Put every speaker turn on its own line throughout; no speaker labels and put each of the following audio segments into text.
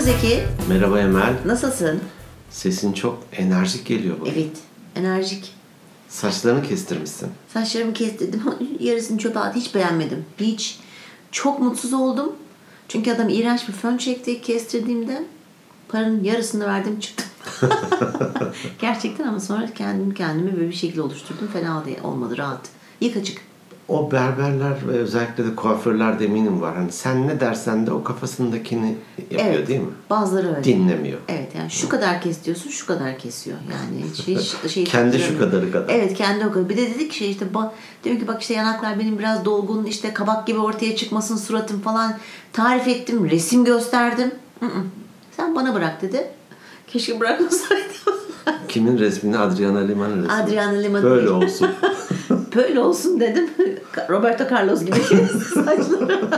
Zeki.
Merhaba Emel.
Nasılsın?
Sesin çok enerjik geliyor bana.
Evet. Enerjik.
Saçlarını kestirmişsin.
Saçlarımı kestirdim. Yarısını çöpe attım. Hiç beğenmedim. Hiç. Çok mutsuz oldum. Çünkü adam iğrenç bir fön çekti. Kestirdiğimde paranın yarısını verdim çıktım. Gerçekten ama sonra kendim kendime böyle bir şekil oluşturdum. Fena değil, olmadı. Rahat. Yıkacık.
O berberler ve özellikle de kuaförler de eminim var. Hani sen ne dersen de o kafasındakini yapıyor
evet.
değil mi?
Bazıları öyle.
Dinlemiyor.
Evet yani şu kadar kes diyorsun şu kadar kesiyor yani hiç, hiç şey
Kendi şu kadarı kadar.
Evet kendi o kadar. Bir de dedik şey işte ba- diyor ki bak işte yanaklar benim biraz dolgun işte kabak gibi ortaya çıkmasın suratım falan tarif ettim resim gösterdim. "Mm-mm, Sen bana bırak dedi. Keşke bırakmasaydım.
Kimin resmini? Adriana Lima'nın resmi.
Adriana Lima
Böyle
değil.
olsun.
Böyle olsun dedim. Roberto Carlos gibi saçlarım.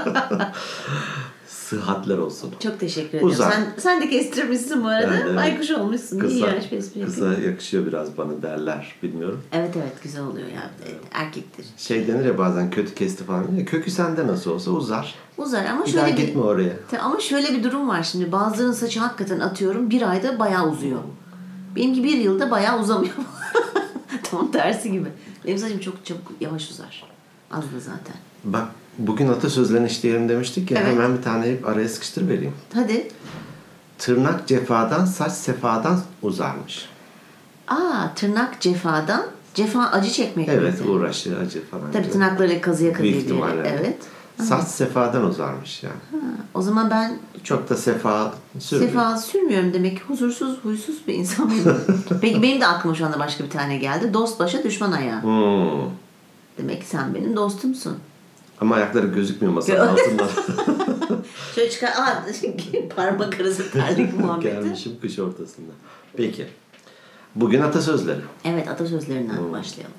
Sıhhatler olsun.
Çok teşekkür ederim.
Uzak.
Sen, sen de kestirmişsin bu arada.
Ben de, evet.
Baykuş olmuşsun. İyi yaş bir espri yapayım.
kısa yakışıyor biraz bana derler. Bilmiyorum.
Evet evet güzel oluyor ya. Erkektir.
Şey denir ya bazen kötü kesti falan. Ya Kökü sende nasıl olsa uzar.
Uzar ama
Bir daha
şöyle bir
gitme oraya.
Te- ama şöyle bir durum var şimdi. Bazılarının saçı hakikaten atıyorum bir ayda bayağı uzuyor. Benimki bir yılda bayağı uzamıyor. Tam tersi gibi. Benim saçım çok çabuk yavaş uzar. Az da zaten.
Bak bugün atasözlerini işleyelim demiştik ya.
Evet.
Hemen bir tane araya sıkıştır vereyim.
Hadi.
Tırnak cefadan, saç sefadan uzarmış.
Aa tırnak cefadan. Cefa acı çekmek.
Evet,
miydi?
uğraşı, acı falan.
Tabii
gibi.
tırnakları kazıya kazıya
Büyük
bir yere.
ihtimalle.
Evet.
Saç sefadan uzarmış yani.
Ha, O zaman ben
Çok da sefa sürmüyor.
sefa sürmüyorum demek ki huzursuz, huysuz bir insan mıyım? Peki benim de aklıma şu anda başka bir tane geldi. Dost başa düşman ayağa.
Hmm.
Demek ki sen benim dostumsun.
Ama ayakları gözükmüyor masanın altında.
Şöyle çıkar, aa parmak arası terlik muhabbeti.
Gelmişim kış ortasında. Peki. Bugün atasözleri.
Evet, atasözlerinden başlayalım.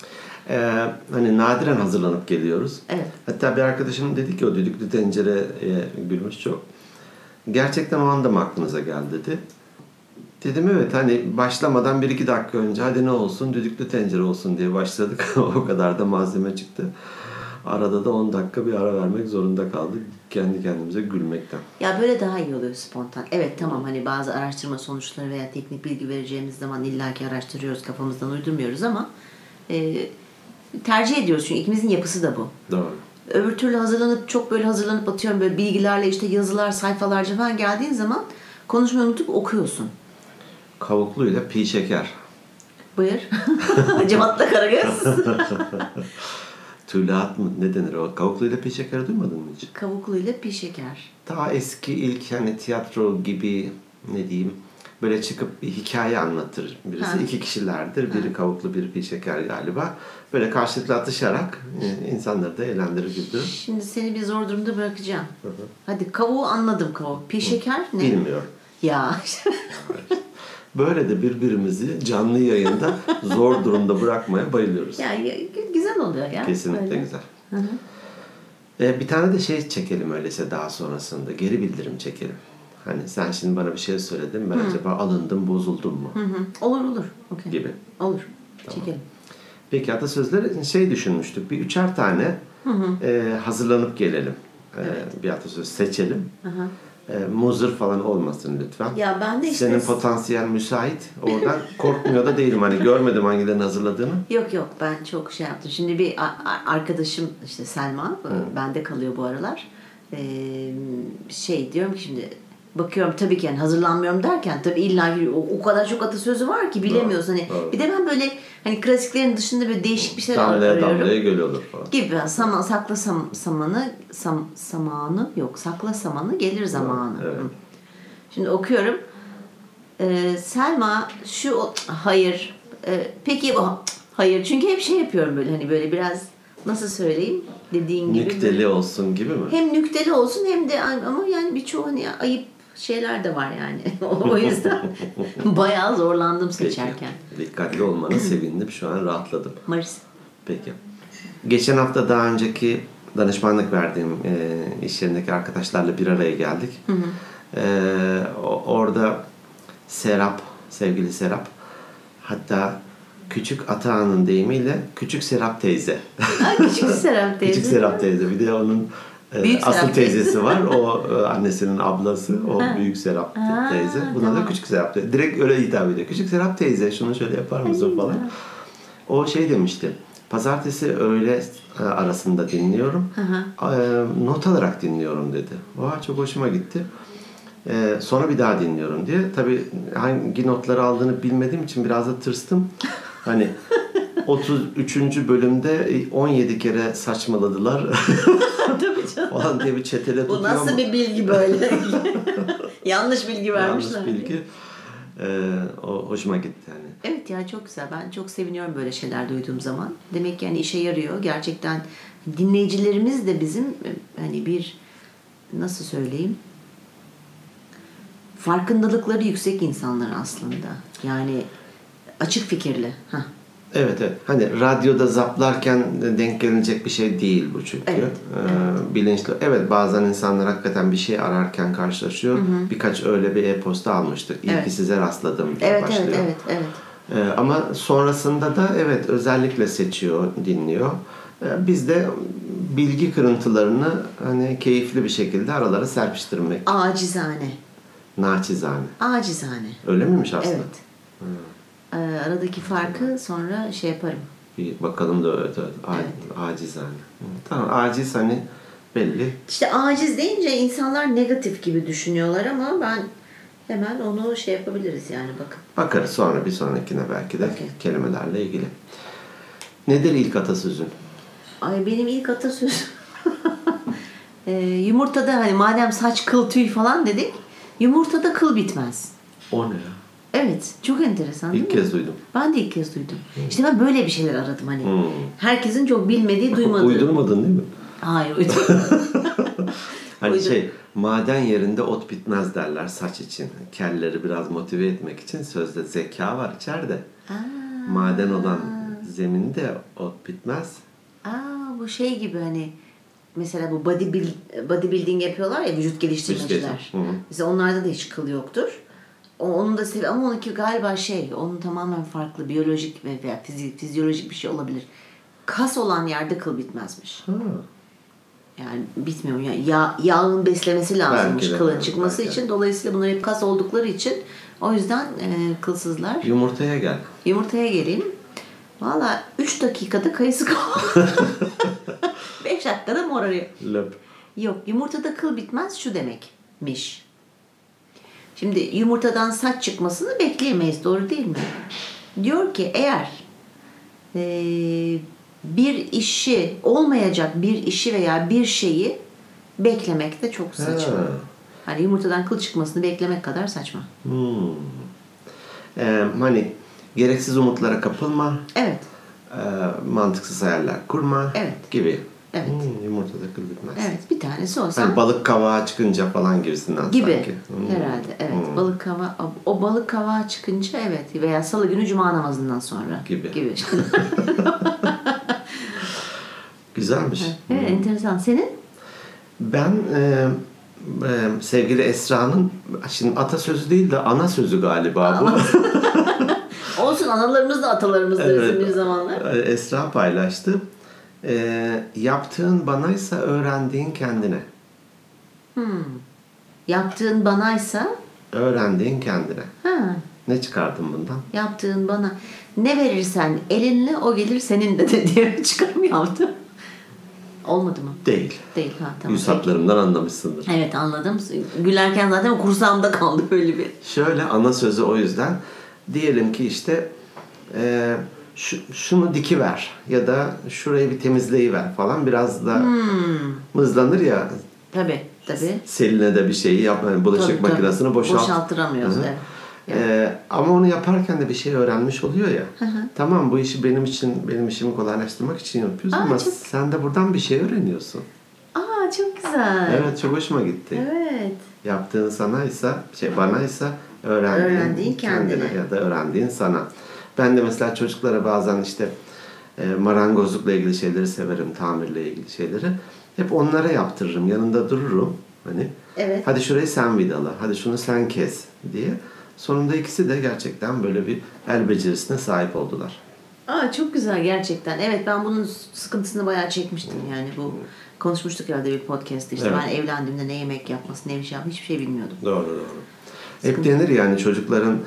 Ee, hani nadiren hazırlanıp geliyoruz.
Evet.
Hatta bir arkadaşım dedi ki o düdüklü tencereye gülmüş çok. Gerçekten o anda mı aklınıza geldi dedi. Dedim evet hani başlamadan bir iki dakika önce hadi ne olsun düdüklü tencere olsun diye başladık. o kadar da malzeme çıktı. Arada da 10 dakika bir ara vermek zorunda kaldık kendi kendimize gülmekten.
Ya böyle daha iyi oluyor spontan. Evet tamam hani bazı araştırma sonuçları veya teknik bilgi vereceğimiz zaman illaki araştırıyoruz kafamızdan uydurmuyoruz ama e, tercih ediyoruz çünkü ikimizin yapısı da bu.
Doğru.
Öbür türlü hazırlanıp çok böyle hazırlanıp atıyorum böyle bilgilerle işte yazılar sayfalarca falan geldiğin zaman konuşmayı unutup okuyorsun.
Kavukluyla pi şeker.
Buyur. Cevatla Karagöz.
Tüyle at mı ne denir o? Kavukluyla pi şekeri duymadın mı hiç?
Kavukluyla pi şeker.
Daha eski ilk hani tiyatro gibi ne diyeyim böyle çıkıp bir hikaye anlatır birisi.
Ha.
iki kişilerdir. Biri kavuklu, biri bir şeker galiba. Böyle karşılıklı atışarak e, insanları da eğlendirir gibi. durur.
Şimdi seni bir zor durumda bırakacağım. Hadi kavuğu anladım kavuk. Pi şeker ne?
Bilmiyorum.
Ya
Böyle de birbirimizi canlı yayında zor durumda bırakmaya bayılıyoruz.
ya ya, gü- güzel oluyor ya.
Kesinlikle
Böyle.
güzel. E, bir tane de şey çekelim öyleyse daha sonrasında. Geri bildirim çekelim. Hani sen şimdi bana bir şey söyledin. Ben acaba alındım, bozuldum mu?
Hı hı. Olur olur. Okey.
Gibi.
Olur. Çekelim.
Peki atasözleri şey düşünmüştük. Bir üçer tane e, hazırlanıp gelelim. E, Bir atasöz seçelim. E, muzır falan olmasın lütfen.
Ya ben de işte
Senin potansiyel müsait. Oradan korkmuyor da değilim. Hani görmedim hangilerini hazırladığını.
Yok yok ben çok şey yaptım. Şimdi bir a- a- arkadaşım işte Selma e, bende kalıyor bu aralar. Ee, şey diyorum ki şimdi bakıyorum tabii ki yani hazırlanmıyorum derken tabii illa ki o, o kadar çok atasözü var ki bilemiyorsun. Hani,
doğru.
Bir de ben böyle hani klasiklerin dışında böyle değişik bir şeyler
Damlaya
arıyorum.
damlaya göl olur falan.
Gibi saman, sakla sam, samanı sam, samanı yok sakla samanı gelir zamanı.
evet.
Hı. Şimdi okuyorum. Ee, Selma şu o- hayır. Ee, peki o hayır çünkü hep şey yapıyorum böyle hani böyle biraz nasıl söyleyeyim dediğin gibi.
Nükteli olsun gibi mi?
Hem nükteli olsun hem de ama yani birçoğu hani ayıp şeyler de var yani. o yüzden bayağı zorlandım
Peki.
seçerken.
Dikkatli olmana sevindim. Şu an rahatladım.
Maris.
Peki. Geçen hafta daha önceki danışmanlık verdiğim e, iş yerindeki arkadaşlarla bir araya geldik. E, o- orada Serap, sevgili Serap hatta küçük Atahan'ın deyimiyle küçük Serap teyze.
Ay, küçük Serap teyze.
küçük Serap teyze. Bir de onun e,
Büyük
asıl
Serap teyze.
teyzesi var. O e, annesinin ablası. O büyük Serap te-
Ha,
teyze. Buna da
tamam.
küçük Serap teyze. Direkt öyle hitap ediyor. Küçük Serap teyze şunu şöyle yapar mısın falan. O şey demişti. Pazartesi öğle e, arasında dinliyorum. E, Not alarak dinliyorum dedi. Oha çok hoşuma gitti. E, sonra bir daha dinliyorum diye. Tabii hangi notları aldığını bilmediğim için biraz da tırstım. Hani 33. bölümde 17 kere saçmaladılar
Tabii canım.
falan diye bir çetele tutuyor.
Bu nasıl
ama-
bir bilgi böyle? Yanlış bilgi
Yanlış
vermişler.
bilgi. E, o hoşuma gitti yani.
Evet ya çok güzel. Ben çok seviniyorum böyle şeyler duyduğum zaman. Demek ki yani işe yarıyor. Gerçekten dinleyicilerimiz de bizim e, hani bir nasıl söyleyeyim? Farkındalıkları yüksek insanlar aslında. Yani açık fikirli. Hah.
Evet evet. Hani radyoda zaplarken denk gelinecek bir şey değil bu çünkü.
Evet,
Ee, Bilinçli. Evet bazen insanlar hakikaten bir şey ararken karşılaşıyor. Birkaç öyle bir e-posta almıştık. İyi
Evet.
ki size rastladım diye
Evet,
başlıyor.
evet, evet, evet.
Ee, ama sonrasında da evet özellikle seçiyor, dinliyor. Ee, biz de bilgi kırıntılarını hani keyifli bir şekilde aralara serpiştirmek.
Acizane.
Naçizane.
Acizane.
Öyle miymiş aslında? Hmm.
Evet. Ee, aradaki farkı sonra şey yaparım.
Bir bakalım da öyle. A- Acizane. Hı, Tamam aciz hani belli.
İşte aciz deyince insanlar negatif gibi düşünüyorlar ama ben hemen onu şey yapabiliriz yani bakın.
Bakarız sonra bir sonrakine belki de
Okey.
kelimelerle ilgili. Nedir ilk atasözün?
Ay benim ilk atasözüm Ee, yumurtada hani madem saç kıl tüy falan dedik yumurtada kıl bitmez.
O ne ya?
Evet çok enteresan değil
İlk
mi?
kez duydum.
Ben de ilk kez duydum. İşte ben böyle bir şeyler aradım hani.
Hmm.
Herkesin çok bilmediği duymadığı.
Uydurmadın değil mi?
Hayır uydurmadım.
Hani
Uydurdum.
şey maden yerinde ot bitmez derler saç için. Kelleri biraz motive etmek için sözde zeka var içeride. Maden olan zeminde ot bitmez.
Aa bu şey gibi hani mesela bu body build- bodybuilding yapıyorlar ya vücut geliştirmeciler.
Vücut geliştirme, hı hı.
Mesela onlarda da hiç kıl yoktur. O, onu da sev ama onunki galiba şey onun tamamen farklı biyolojik ve veya fizi- fizyolojik bir şey olabilir. Kas olan yerde kıl bitmezmiş.
Ha.
Yani bitmiyor yani yağ, yağın beslemesi lazımmış
Belki de,
kılın
evet,
çıkması
belki de.
için. Dolayısıyla bunlar hep kas oldukları için o yüzden e, kılsızlar.
Yumurtaya gel.
Yumurtaya geleyim. Valla 3 dakikada kayısı kaldı. 5 dakikada morarıyor.
Löp.
Yok yumurtada kıl bitmez şu demekmiş. Şimdi yumurtadan saç çıkmasını bekleyemeyiz doğru değil mi? Diyor ki eğer eee, bir işi olmayacak bir işi veya bir şeyi beklemek de çok saçma.
Ha.
Hani yumurtadan kıl çıkmasını beklemek kadar saçma.
Hmm. Ee, hani gereksiz umutlara kapılma.
Evet.
e, mantıksız hayaller kurma
Evet.
gibi.
Evet.
Hmm, yumurtada kıl bitmez.
Evet bir tanesi o. Sen-
Hani balık kavağa çıkınca falan gibisinden
Gibi
sanki. Hmm.
herhalde evet
Hmm.
balık kava o, o balık kava çıkınca evet veya salı günü cuma namazından sonra
Gibi.
gibi.
Güzelmiş.
evet enteresan senin
Ben e, e, sevgili Esra'nın şimdi atasözü değil de ana sözü galiba bu.
olsun analarımız da atalarımız da
Evet.
bizim bir zamanlar
E, Esra paylaştı. E, yaptığın banaysa öğrendiğin kendine.
yaptığın banaysa
Öğrendiğin kendine.
ha
Ne çıkardın bundan?
yaptığın bana ne verirsen elinle o gelir senin de de diye çıkarım yaptım olmadı mı
Değil.
değil ha tamam
Yüz hatlarımdan anlamışsındır.
evet anladım gülerken zaten kursağımda kaldı böyle bir
Şöyle ana sözü o yüzden diyelim ki işte e, şu, şunu dikiver ya da şurayı bir temizleyiver falan biraz da
Hmm.
mızlanır ya
tabi tabi
seline de bir şeyi yap yani bulaşık
Tabii, tabii.
makinesini boşalt.
Boşaltıramıyoruz,
Hı hı.
evet.
E, ama onu yaparken de bir şey öğrenmiş oluyor ya. Tamam bu işi benim için benim işimi kolaylaştırmak için yapıyorsun
Aa,
ama
çok-
sen de buradan bir şey öğreniyorsun.
aa çok güzel
Evet, çok hoşuma gitti.
evet.
Yaptığın sana ise şey bana ise öğrendiğin,
Öğrendiğin
kendine.
kendine.
ya da öğrendiğin sana. Ben de mesela çocuklara bazen işte e, marangozlukla ilgili şeyleri severim, tamirle ilgili şeyleri. Hep onlara yaptırırım, yanında dururum. Hani
Evet.
hadi şurayı sen vidala, hadi şunu sen kes diye. Sonunda ikisi de gerçekten böyle bir el becerisine sahip oldular.
Aa çok güzel gerçekten. Evet ben bunun sıkıntısını bayağı çekmiştim yani bu. Konuşmuştuk herhalde bir podcast'te işte
Evet.
ben evlendiğimde ne yemek yapması ne bir şey yapması hiçbir şey bilmiyordum.
Doğru doğru. Hep denir yani çocukların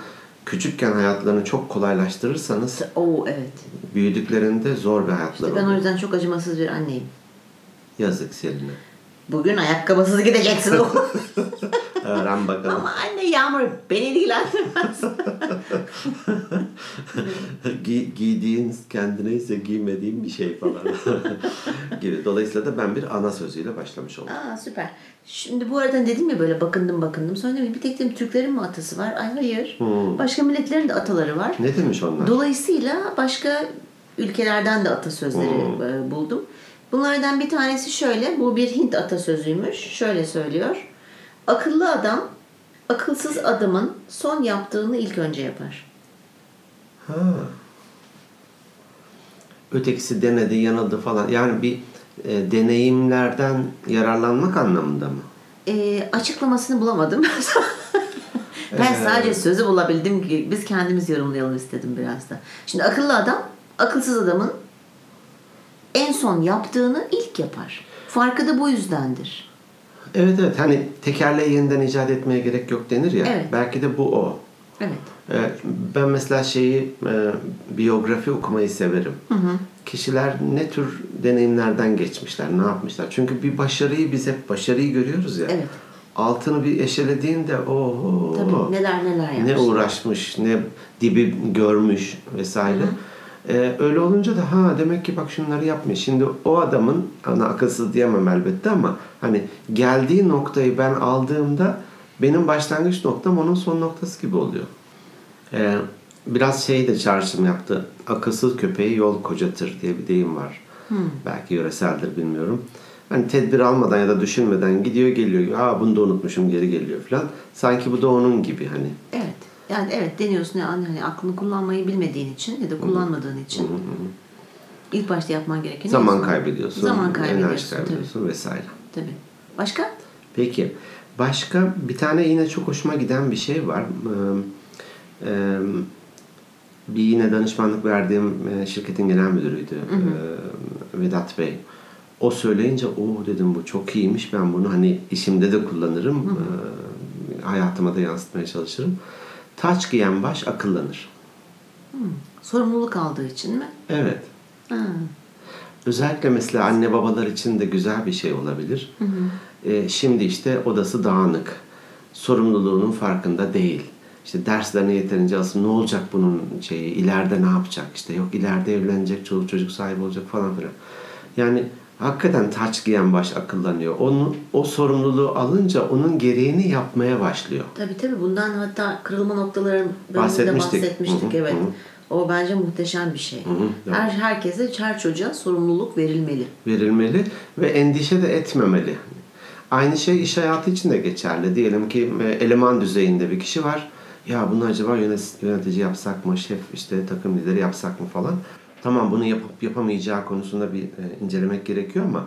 küçükken hayatlarını çok kolaylaştırırsanız
Oo evet.
büyüdüklerinde zor bir hayatları
İşte ben o
olur.
yüzden çok acımasız bir anneyim.
Yazık Selin'e.
Bugün ayakkabısız gideceksin okula.
Öğren bakalım.
Ama anne yağmur beni ilgilendirmez.
Gi- giydiğin kendine ise giymediğin bir şey falan gibi. Dolayısıyla da ben bir ana sözüyle başlamış oldum.
Aa süper. Şimdi bu arada dedim ya böyle bakındım bakındım. Sonra dedim ki, bir tek dedim Türklerin mi atası var? Ay hayır.
Hmm.
Başka milletlerin de ataları var.
Ne demiş onlar?
Dolayısıyla başka ülkelerden de atasözleri
Hmm.
e, buldum. Bunlardan bir tanesi şöyle. Bu bir Hint atasözüymüş. Şöyle söylüyor. Akıllı adam akılsız adamın son yaptığını ilk önce yapar.
Ha. Ötekisi denedi, yanıldı falan. Yani bir e, deneyimlerden yararlanmak anlamında mı?
E, açıklamasını bulamadım. ben
Ee.
sadece sözü bulabildim ki biz kendimiz yorumlayalım istedim biraz da. Şimdi akıllı adam akılsız adamın en son yaptığını ilk yapar. Farkı da bu yüzdendir.
Evet evet hani tekerleği yeniden icat etmeye gerek yok denir ya.
Evet.
Belki de bu o.
Evet.
E, Ben mesela şeyi e, biyografi okumayı severim. Kişiler ne tür deneyimlerden geçmişler, ne yapmışlar? Çünkü bir başarıyı biz hep başarıyı görüyoruz ya.
Evet.
Altını bir eşelediğinde oho.
Tabii neler neler yapmış.
ne uğraşmış, ne dibi görmüş vesaire. Ee, öyle olunca da ha demek ki bak şunları yapmış. Şimdi o adamın ana akılsız diyemem elbette ama hani geldiği noktayı ben aldığımda benim başlangıç noktam onun son noktası gibi oluyor. Ee, biraz şey de çağrışım yaptı. Akılsız köpeği yol kocatır diye bir deyim var. Belki yöreseldir bilmiyorum. Hani tedbir almadan ya da düşünmeden gidiyor geliyor. Aa bunu da unutmuşum geri geliyor falan. Sanki bu da onun gibi hani.
Evet. Yani evet deniyorsun yani hani aklını kullanmayı bilmediğin için ya da kullanmadığın için ilk başta yapman gerekeni
Zaman
yapıyorsun.
kaybediyorsun.
Zaman
Enerji
kaybediyorsun. Tabii,
kaybediyorsun vesaire.
tabii. Başka?
Peki. Başka bir tane yine çok hoşuma giden bir şey var. Ee, e, bir yine danışmanlık verdiğim e, şirketin genel müdürüydü e, Vedat Bey. O söyleyince o dedim bu çok iyiymiş ben bunu hani işimde de kullanırım e, hayatıma da yansıtmaya çalışırım. Taç giyen baş akıllanır.
Sorumluluk aldığı için mi?
Evet.
Ha.
Özellikle mesela anne babalar için de güzel bir şey olabilir. Ee, şimdi işte odası dağınık. Sorumluluğunun farkında değil. İşte derslerine yeterince aslında ne olacak bunun şeyi, ileride ne yapacak? İşte yok ileride evlenecek, çoluk çocuk sahibi olacak falan filan. Yani hakikaten taç giyen baş akıllanıyor. Onu, o sorumluluğu alınca onun gereğini yapmaya başlıyor.
Tabii tabii bundan hatta kırılma noktaların bölümünde
Bahsetmiştik.
bahsetmiştik,
Hı hı,
evet.
hı.
O bence muhteşem bir şey.
evet.
her herkese, her çocuğa sorumluluk verilmeli.
verilmeli ve endişe de etmemeli. Aynı şey iş hayatı için de geçerli. Diyelim ki e, eleman düzeyinde bir kişi var. Ya bunu acaba yönet- yönetici yapsak mı, şef işte takım lideri yapsak mı falan. Tamam bunu yapıp yapamayacağı konusunda bir e, incelemek gerekiyor ama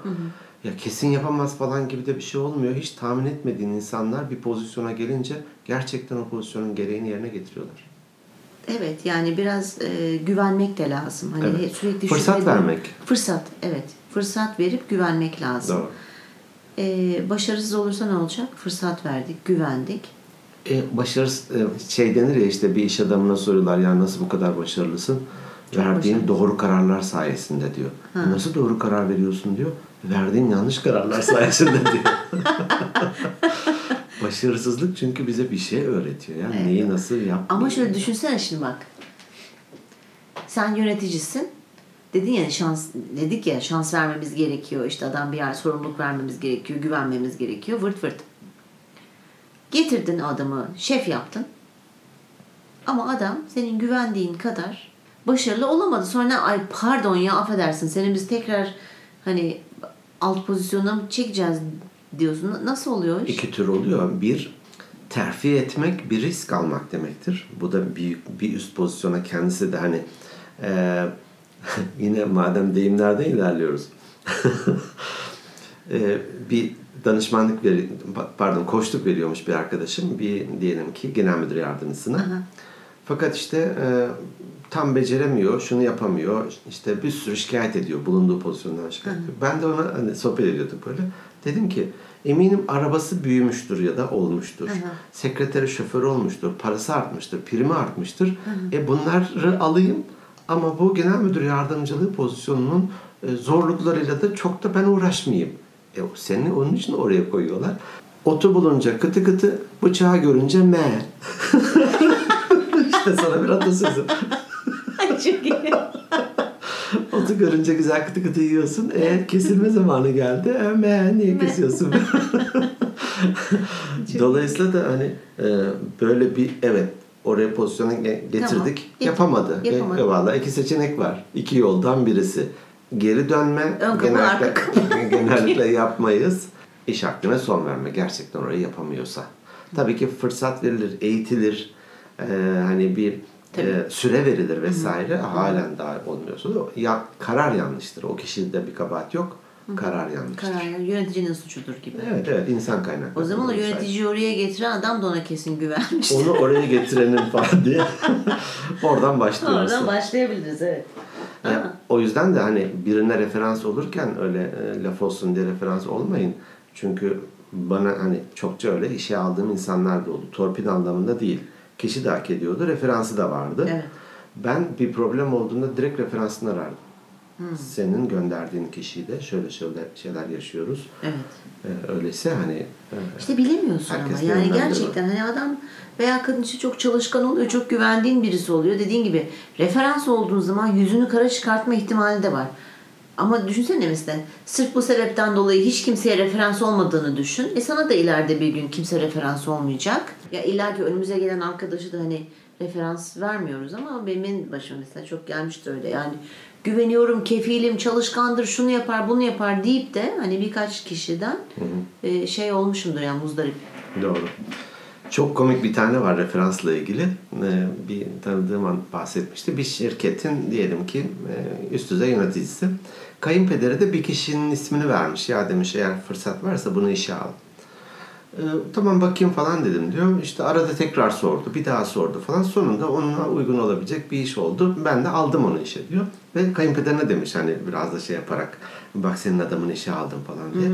ya kesin yapamaz falan gibi de bir şey olmuyor. Hiç tahmin etmediğin insanlar bir pozisyona gelince gerçekten o pozisyonun gereğini yerine getiriyorlar.
Evet yani biraz e, güvenmek de lazım. Hani
Evet.
sürekli
Fırsat
şüphe-
vermek.
Fırsat evet. Fırsat verip güvenmek lazım.
Doğru.
Ee, başarısız olursa ne olacak? Fırsat verdik, güvendik.
E, başarısı e, şey denir ya işte bir iş adamına soruyorlar ya nasıl bu kadar başarılısın? Verdiğin doğru kararlar sayesinde diyor. Nasıl doğru karar veriyorsun diyor. Verdiğin yanlış kararlar sayesinde diyor. Başarısızlık çünkü bize bir şey öğretiyor. Yani neyi nasıl yap.
Ama şöyle düşünsene şimdi bak. Sen yöneticisin. Dedin ya şans dedik ya şans vermemiz gerekiyor. İşte adam bir yer sorumluluk vermemiz gerekiyor, güvenmemiz gerekiyor. Vırt vırt. Getirdin adamı, şef yaptın. Ama adam senin güvendiğin kadar başarılı olamadı. Sonra ay pardon ya affedersin seni biz tekrar hani alt pozisyona mı çekeceğiz diyorsun. Na- Nasıl oluyor iş?
İki tür oluyor. Bir, terfi etmek bir risk almak demektir. Bu da büyük bir üst pozisyona kendisi de hani e, yine madem deyimlerden ilerliyoruz. E, bir danışmanlık veri, pa- pardon koçluk veriyormuş bir arkadaşım bir diyelim ki genel müdür yardımcısına. Fakat işte e, tam beceremiyor, şunu yapamıyor. İşte bir sürü şikayet ediyor bulunduğu pozisyondan şikayet ediyor. Ben de ona hani sohbet ediyorduk böyle. Dedim ki eminim arabası büyümüştür ya da olmuştur. Sekreteri şoför olmuştur, parası artmıştır, primi artmıştır. E bunları alayım ama bu genel müdür yardımcılığı pozisyonunun e, zorluklarıyla da çok da ben uğraşmayayım. E seni onun için oraya koyuyorlar. Otu bulunca kıtı kıtı, bıçağı görünce me. işte sana bir atasözü.
Çok iyi.
Otu görünce güzel kıtı kıtı yiyorsun. E, kesilme zamanı geldi. E, me, niye kesiyorsun? Dolayısıyla da hani e, böyle bir evet oraya pozisyona ge- getirdik.
Tamam.
Yapamadı.
Yapamadı.
E, valla iki seçenek var. İki yoldan birisi. Geri dönme.
Ön kapı,
genellikle,
arka kapı.
genellikle yapmayız. İş hakkına son verme. Gerçekten orayı yapamıyorsa. Tabii ki fırsat verilir, eğitilir. E, hani bir e, süre verilir vesaire. Halen daha olmuyorsa da ya, karar yanlıştır. O kişide bir kabahat yok. Karar yanlıştır.
Karar yani yöneticinin suçudur gibi.
Evet evet insan kaynakları.
O zaman o
Vesaire.
yöneticiyi oraya getiren adam da ona kesin güvenmiş.
Onu oraya getirenin falan diye. Oradan başlıyoruz.
Oradan başlayabiliriz evet.
E, o yüzden de hani birine referans olurken öyle e, laf olsun diye referans olmayın. Çünkü bana hani çokça öyle işe aldığım insanlar da oldu. Torpil anlamında değil. Kişi de hak ediyordu. Referansı da vardı.
Evet.
Ben bir problem olduğunda direkt referansını arardım. Senin gönderdiğin kişiyi de şöyle şöyle şeyler yaşıyoruz.
Evet.
E, öyleyse hani e,
İşte bilemiyorsun
Herkes
ama yani
yönlendiriyor.
gerçekten hani adam veya kadın işte çok çalışkan oluyor, çok güvendiğin birisi oluyor. Dediğin gibi referans olduğun zaman yüzünü kara çıkartma ihtimali de var. Ama düşünsene mesela sırf bu sebepten dolayı hiç kimseye referans olmadığını düşün. E sana da ileride bir gün kimse referans olmayacak. Ya illa ki önümüze gelen arkadaşı da hani referans vermiyoruz ama benim başıma mesela çok gelmişti öyle. Yani güveniyorum, kefilim, çalışkandır, şunu yapar, bunu yapar deyip de hani birkaç kişiden e, şey olmuşumdur yani muzdarip.
Doğru. Çok komik bir tane var referansla ilgili. Ee, Bir tanıdığım an bahsetmişti. Bir şirketin diyelim ki e, üst düzey yöneticisi. Kayınpederi de bir kişinin ismini vermiş. Ya demiş eğer fırsat varsa bunu işe al. Ee, tamam bakayım falan dedim diyor. İşte arada tekrar sordu. Bir daha sordu falan. Sonunda onunla uygun olabilecek bir iş oldu. Ben de aldım onu işe diyor. Ve kayınpederine demiş hani biraz da şey yaparak bak senin adamını işe aldım falan diye.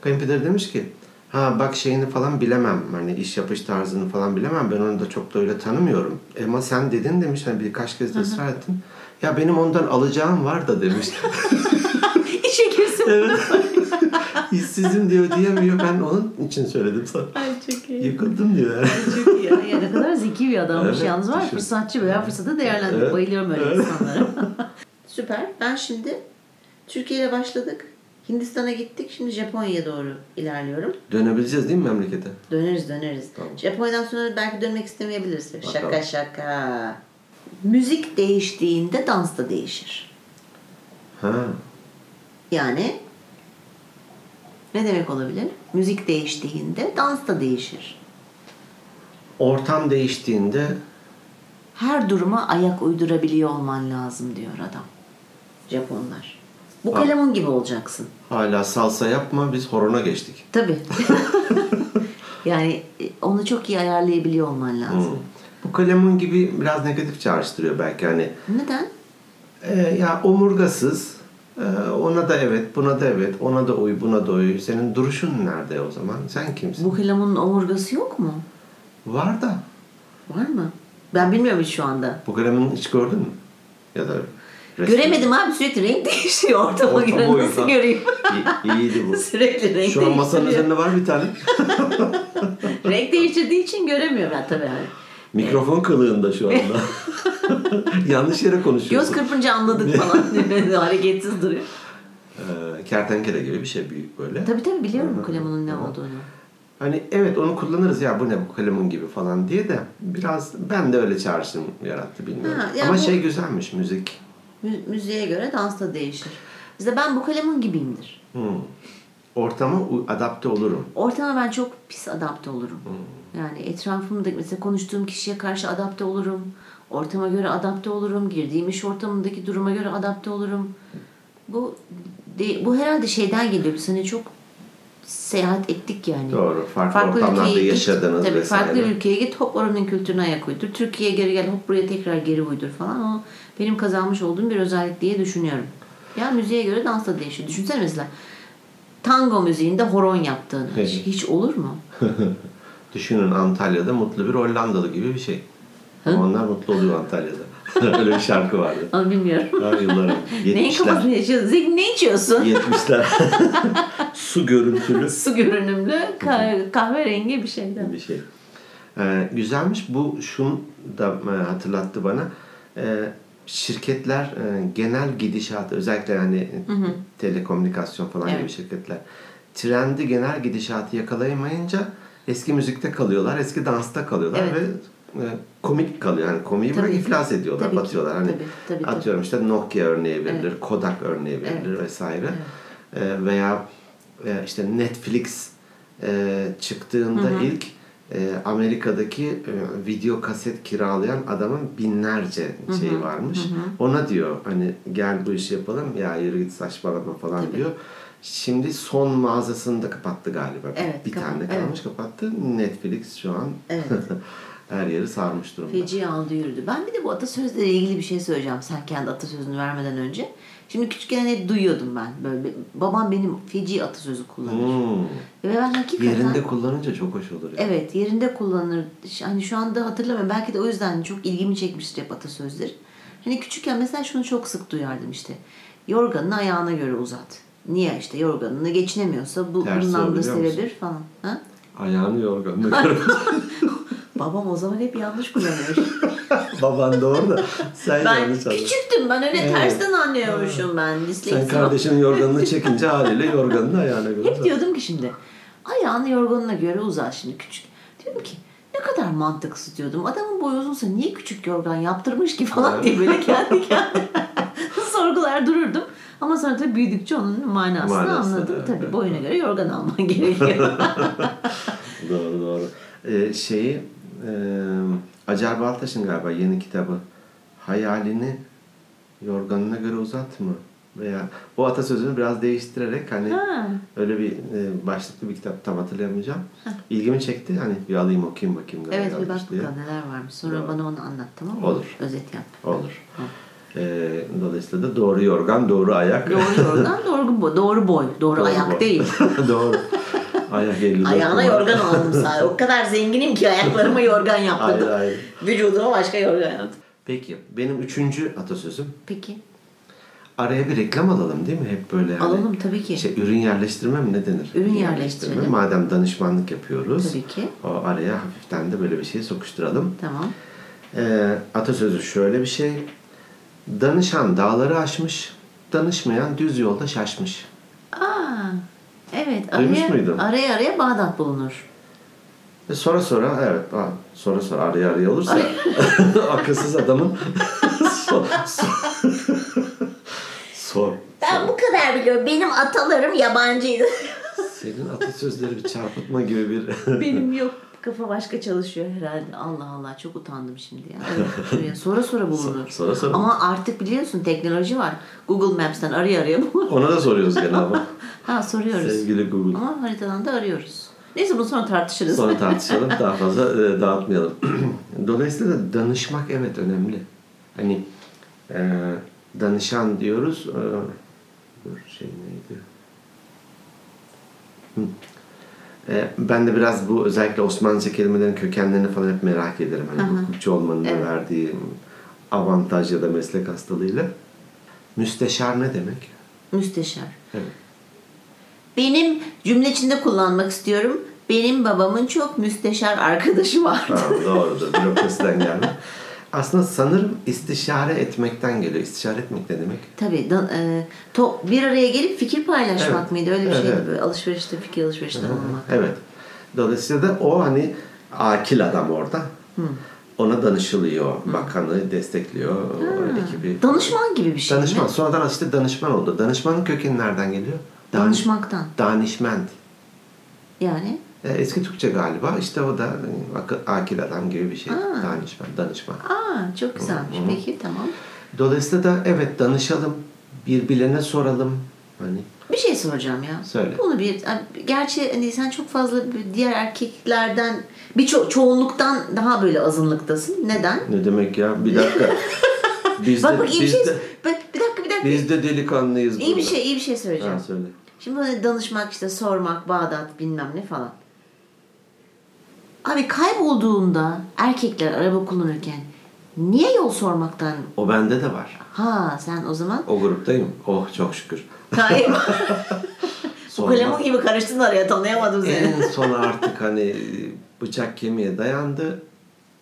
Kayınpeder demiş ki ha bak şeyini falan bilemem. Hani iş yapış tarzını falan bilemem. Ben onu da çok da öyle tanımıyorum. E, Ama sen dedin demiş hani birkaç kez de ısrar ettin. Ya benim ondan alacağım var da demiş.
İşe girsin.
İşsizim diyor diyemiyor. Ben onun için söyledim sana.
Ay çok iyi.
Yıkıldım diyor.
Çok iyi. Ya ne kadar zeki bir adammış
Evet,
yalnız var. ya,
düşün.
Fırsatçı veya fırsatı değerlendirmek.
Evet.
Bayılıyorum öyle insanlara. Süper. Ben şimdi Türkiye ile başladık. Hindistan'a gittik. Şimdi Japonya'ya doğru ilerliyorum.
Dönebileceğiz değil mi memlekete?
Döneriz döneriz.
Tamam.
Japonya'dan sonra belki dönmek istemeyebiliriz. Şaka
Bakalım.
şaka. Müzik değiştiğinde dans da değişir.
Ha.
Yani ne demek olabilir? Müzik değiştiğinde dans da değişir.
Ortam değiştiğinde
her duruma ayak uydurabiliyor olman lazım diyor adam. Japonlar. Bu
Ha.
kalemun gibi olacaksın.
hala salsa yapma biz horona geçtik.
Tabii. yani e, onu çok iyi ayarlayabiliyor olman lazım.
Bu kalemun gibi biraz negatif çağrıştırıyor belki hani.
Neden?
e, ya omurgasız e, ona da evet buna da evet ona da uy buna da uy. Senin duruşun nerede o zaman? Sen kimsin?
Bu kalemunun omurgası yok mu?
Var da.
Var mı? Ben bilmiyorum hiç şu anda.
Bu kalemunu hiç gördün mü? Ya da resmi-
Göremedim abi sürekli renk değişiyor ortama
Ortam
göre
o
nasıl
yüzden.
göreyim?
İyi- iyiydi bu.
sürekli renk
Şu an masanın
değiştiriyor.
üzerinde var bir tane.
renk değiştirdiği için göremiyorum ben tabii. Yani.
Mikrofon kılığında şu anda. Yanlış yere
Göz
konuşuyorsun.
kırpınca anladık falan. Hareketsiz duruyor.
Ee, kertenkele gibi bir şey büyük böyle.
Tabii tabii biliyorum kalemunun ne olduğunu.
Hani evet onu kullanırız ya bu ne bu kalemun gibi falan diye de biraz ben de öyle çağrışım yarattı bilmiyorum.
Ha, ya
Ama
bu-
şey güzelmiş müzik.
Mü- müziğe göre dans da değişir. İşte ben bu kalemun gibiyimdir.
Hmm. Ortama u- adapte olurum.
Ortama ben çok pis adapte olurum. Yani etrafımda mesela konuştuğum kişiye karşı adapte olurum. Ortama göre adapte olurum. Girdiğim iş ortamındaki duruma göre adapte olurum. Bu de- bu herhalde şeyden geliyor. Biz hani çok seyahat ettik yani.
Doğru. Farklı, ortamlarda
ülkeye git,
yaşadınız
tabii
vesaire.
farklı ülkeye git hop oranın kültürüne ayak uydur. Türkiye'ye geri gel hop buraya tekrar geri uydur falan. O benim kazanmış olduğum bir özellik diye düşünüyorum. Ya müziğe göre dans da değişiyor. Düşünsene mesela tango müziğinde horon yaptığını.
Evet.
Hiç, hiç olur mu?
Düşünün Antalya'da mutlu bir Hollandalı gibi bir şey.
Hı?
Onlar mutlu oluyor Antalya'da. Öyle bir şarkı vardı.
Onu bilmiyorum.
Ha, yıllar önce.
Neyin
70'ler.
kafasını yaşıyorsun? Zeki ne içiyorsun?
70'ler. Su görüntülü
Su görünümlü kah- kahverengi bir şeyden.
bir şey. Ee, güzelmiş. Bu şunu da e, hatırlattı bana. Ee, şirketler e, genel gidişatı özellikle hani telekomünikasyon falan gibi
Evet.
şirketler trendi genel gidişatı yakalayamayınca eski müzikte kalıyorlar, eski dansta kalıyorlar
Evet.
ve e, komik kalıyor. Yani komiyi
Tabii
bırak
ki.
iflas ediyorlar,
Tabii ki.
batıyorlar. Hani
Tabii, tabii, tabii.
atıyorum işte Nokia örneği verilir, Kodak örneği verilir vesaire. E, veya e, işte Netflix e, çıktığında ilk e, Amerika'daki e, video kaset kiralayan adamın binlerce şeyi varmış. Ona diyor hani gel bu işi yapalım ya yürü git saçmalama falan diyor. Şimdi son mağazasını da kapattı galiba.
Evet,
bir
kapat-
tane
evet.
kalmış kapattı. Netflix şu an
Evet.
her yeri sarmış durumda.
Feci aldı yürüdü. Ben bir de bu atasözleriyle ilgili bir şey söyleyeceğim. Sen kendi atasözünü vermeden önce. Şimdi küçükken hep duyuyordum ben. Böyle bir- babam benim feci atasözü kullanır.
Hmm.
Ve ben hakikaten...
Yerinde kullanınca çok hoş olur. ya.
Evet yerinde kullanır. Ş- Hani şu anda hatırlamıyorum. Belki de o yüzden çok ilgimi çekmiştir hep atasözleri. Hani küçükken mesela şunu çok sık duyardım işte. Yorganını ayağına göre uzat. Niye işte yorganını geçinemiyorsa bu
Tersi o
bundan da
biliyor musun?
sebebilir falan. Ha?
Ayağını yorganına kırmış.
Babam o zaman hep yanlış kullanıyor.
Baban doğru da sen
ben
yanlış anladın.
küçüktüm ben öyle
Evet.
tersten anlıyormuşum ben.
Sen
Disleksi-
kardeşinin yorganını çekince haliyle yorganını ayağına göre.
Hep diyordum ki şimdi ayağını yorganına göre uzat şimdi küçük. Diyorum ki ne kadar mantıksız diyordum. Adamın boyu uzunsa niye küçük yorgan yaptırmış ki falan
Evet.
diye böyle kendi kendime sorgular dururdum. Ama sonra tabii büyüdükçe onun manasını
Manasını,
anladım.
evet,
Tabii
evet.
boyuna göre yorgan alman gerekiyor.
doğru doğru. Ee, şeyi e, Acar Baltaş'ın galiba yeni kitabı hayalini yorganına göre uzatma veya bu atasözünü biraz değiştirerek hani
Ha.
öyle bir e, başlıklı bir kitap tam hatırlayamayacağım. İlgimi çekti hani bir alayım okuyayım bakayım. galiba
evet bir bak
diye.
bakalım neler varmış. Sonra
Doğru.
bana onu anlat tamam mı?
Olur.
Özet yap.
Olur. Ee, dolayısıyla da doğru yorgan doğru ayak.
Doğru yorgan doğru boy. Doğru boy. Doğru,
Doğru
ayak
boy.
değil.
doğru. Ayak elli
Ayağına
dokuma.
yorgan aldım sadece. O kadar zenginim ki ayaklarıma yorgan yaptırdım.
Hayır, hayır.
Vücuduma başka yorgan yaptım.
Peki benim üçüncü atasözüm.
Peki.
Araya bir reklam alalım değil mi? Hep böyle yani.
Alalım tabii ki.
Şey, ürün yerleştirme mi ne denir?
Ürün yerleştirme.
Madem danışmanlık yapıyoruz.
Tabii ki.
O araya hafiften de böyle bir şey sokuşturalım.
Tamam.
Ee, atasözü şöyle bir şey. Danışan dağları aşmış, danışmayan düz yolda şaşmış.
Aa, evet.
Duymuş
Araya,
muydun?
araya araya Bağdat bulunur.
Ve E, sonra sonra evet aa, sonra sonra araya araya olursa akılsız adamın sor, sor. sor.
Ben bu kadar biliyorum. Benim atalarım yabancıydı.
Senin atasözleri bir çarpıtma gibi bir
Benim yok. Kafa başka çalışıyor herhalde. Allah Allah çok utandım şimdi ya. Evet, şuraya sonra sonra bulunur.
Sonra sonra.
Ama artık biliyorsun teknoloji var. Google Maps'ten araya araya bulunur.
Ona da soruyoruz gene ama.
Ha soruyoruz.
Sevgili Google.
Ama haritadan da arıyoruz. Neyse bunu sonra tartışırız.
Sonra tartışalım daha fazla e, dağıtmayalım. Dolayısıyla danışmak evet önemli. Hani e, danışan diyoruz. E, dur şey neydi? Hı. E, ben de biraz bu özellikle Osmanlıca kelimelerin kökenlerini falan hep merak ederim. Hani hukukçu olmanın da verdiği avantaj ya da meslek hastalığıyla. Müsteşar ne demek?
Müsteşar.
Evet.
Benim cümle içinde kullanmak istiyorum. Benim babamın çok müsteşar arkadaşı vardı.
Tamam, doğrudur. Bürokrasiden geldi. Aslında sanırım istişare etmekten geliyor. İstişare etmek ne demek?
Tabii dan- e, to- bir araya gelip fikir paylaşmak
Evet.
mıydı? Öyle bir
Evet,
şeydi.
evet.
Böyle alışverişte fikir alışverişte olmak.
Evet. Dolayısıyla da o hani akil adam orada. Ona danışılıyor. Bakanı destekliyor. o Ekibi.
Danışman gibi bir şey
Danışman.
mi?
Sonradan işte danışman oldu. Danışmanın kökeni nereden geliyor? Dan-
Danışmaktan.
Danişment.
Yani
E, Eski Türkçe galiba. İşte o da e, ak- akil adam gibi bir şey. Danişman, danışman.
aa çok güzelmiş. Peki tamam.
Dolayısıyla da evet danışalım, birbirlerine soralım, Hani
Bir şey soracağım ya.
Söyle.
Bunu bir gerçi hani sen çok fazla bir- diğer erkeklerden birçok çoğunluktan daha böyle azınlıktasın. Neden?
ne demek ya? Bir dakika. Biz
Bak
de,
bak iyi bir
biz
şey.
de,
Bak, bir dakika bir dakika.
biz de delikanlıyız
iyi bir
burada.
şey iyi bir şey söyleyeceğim.
Ha, söyle.
Şimdi bana danışmak işte sormak, Bağdat bilmem ne falan. Abi kaybolduğunda erkekler araba kullanırken niye yol sormaktan?
O bende de var.
Ha sen o zaman
O gruptayım. Oh çok şükür.
kayıp. Bu
Sormak-
kalemi gibi karıştın araya tanıyamadım seni.
en son artık hani bıçak kemiğe dayandı.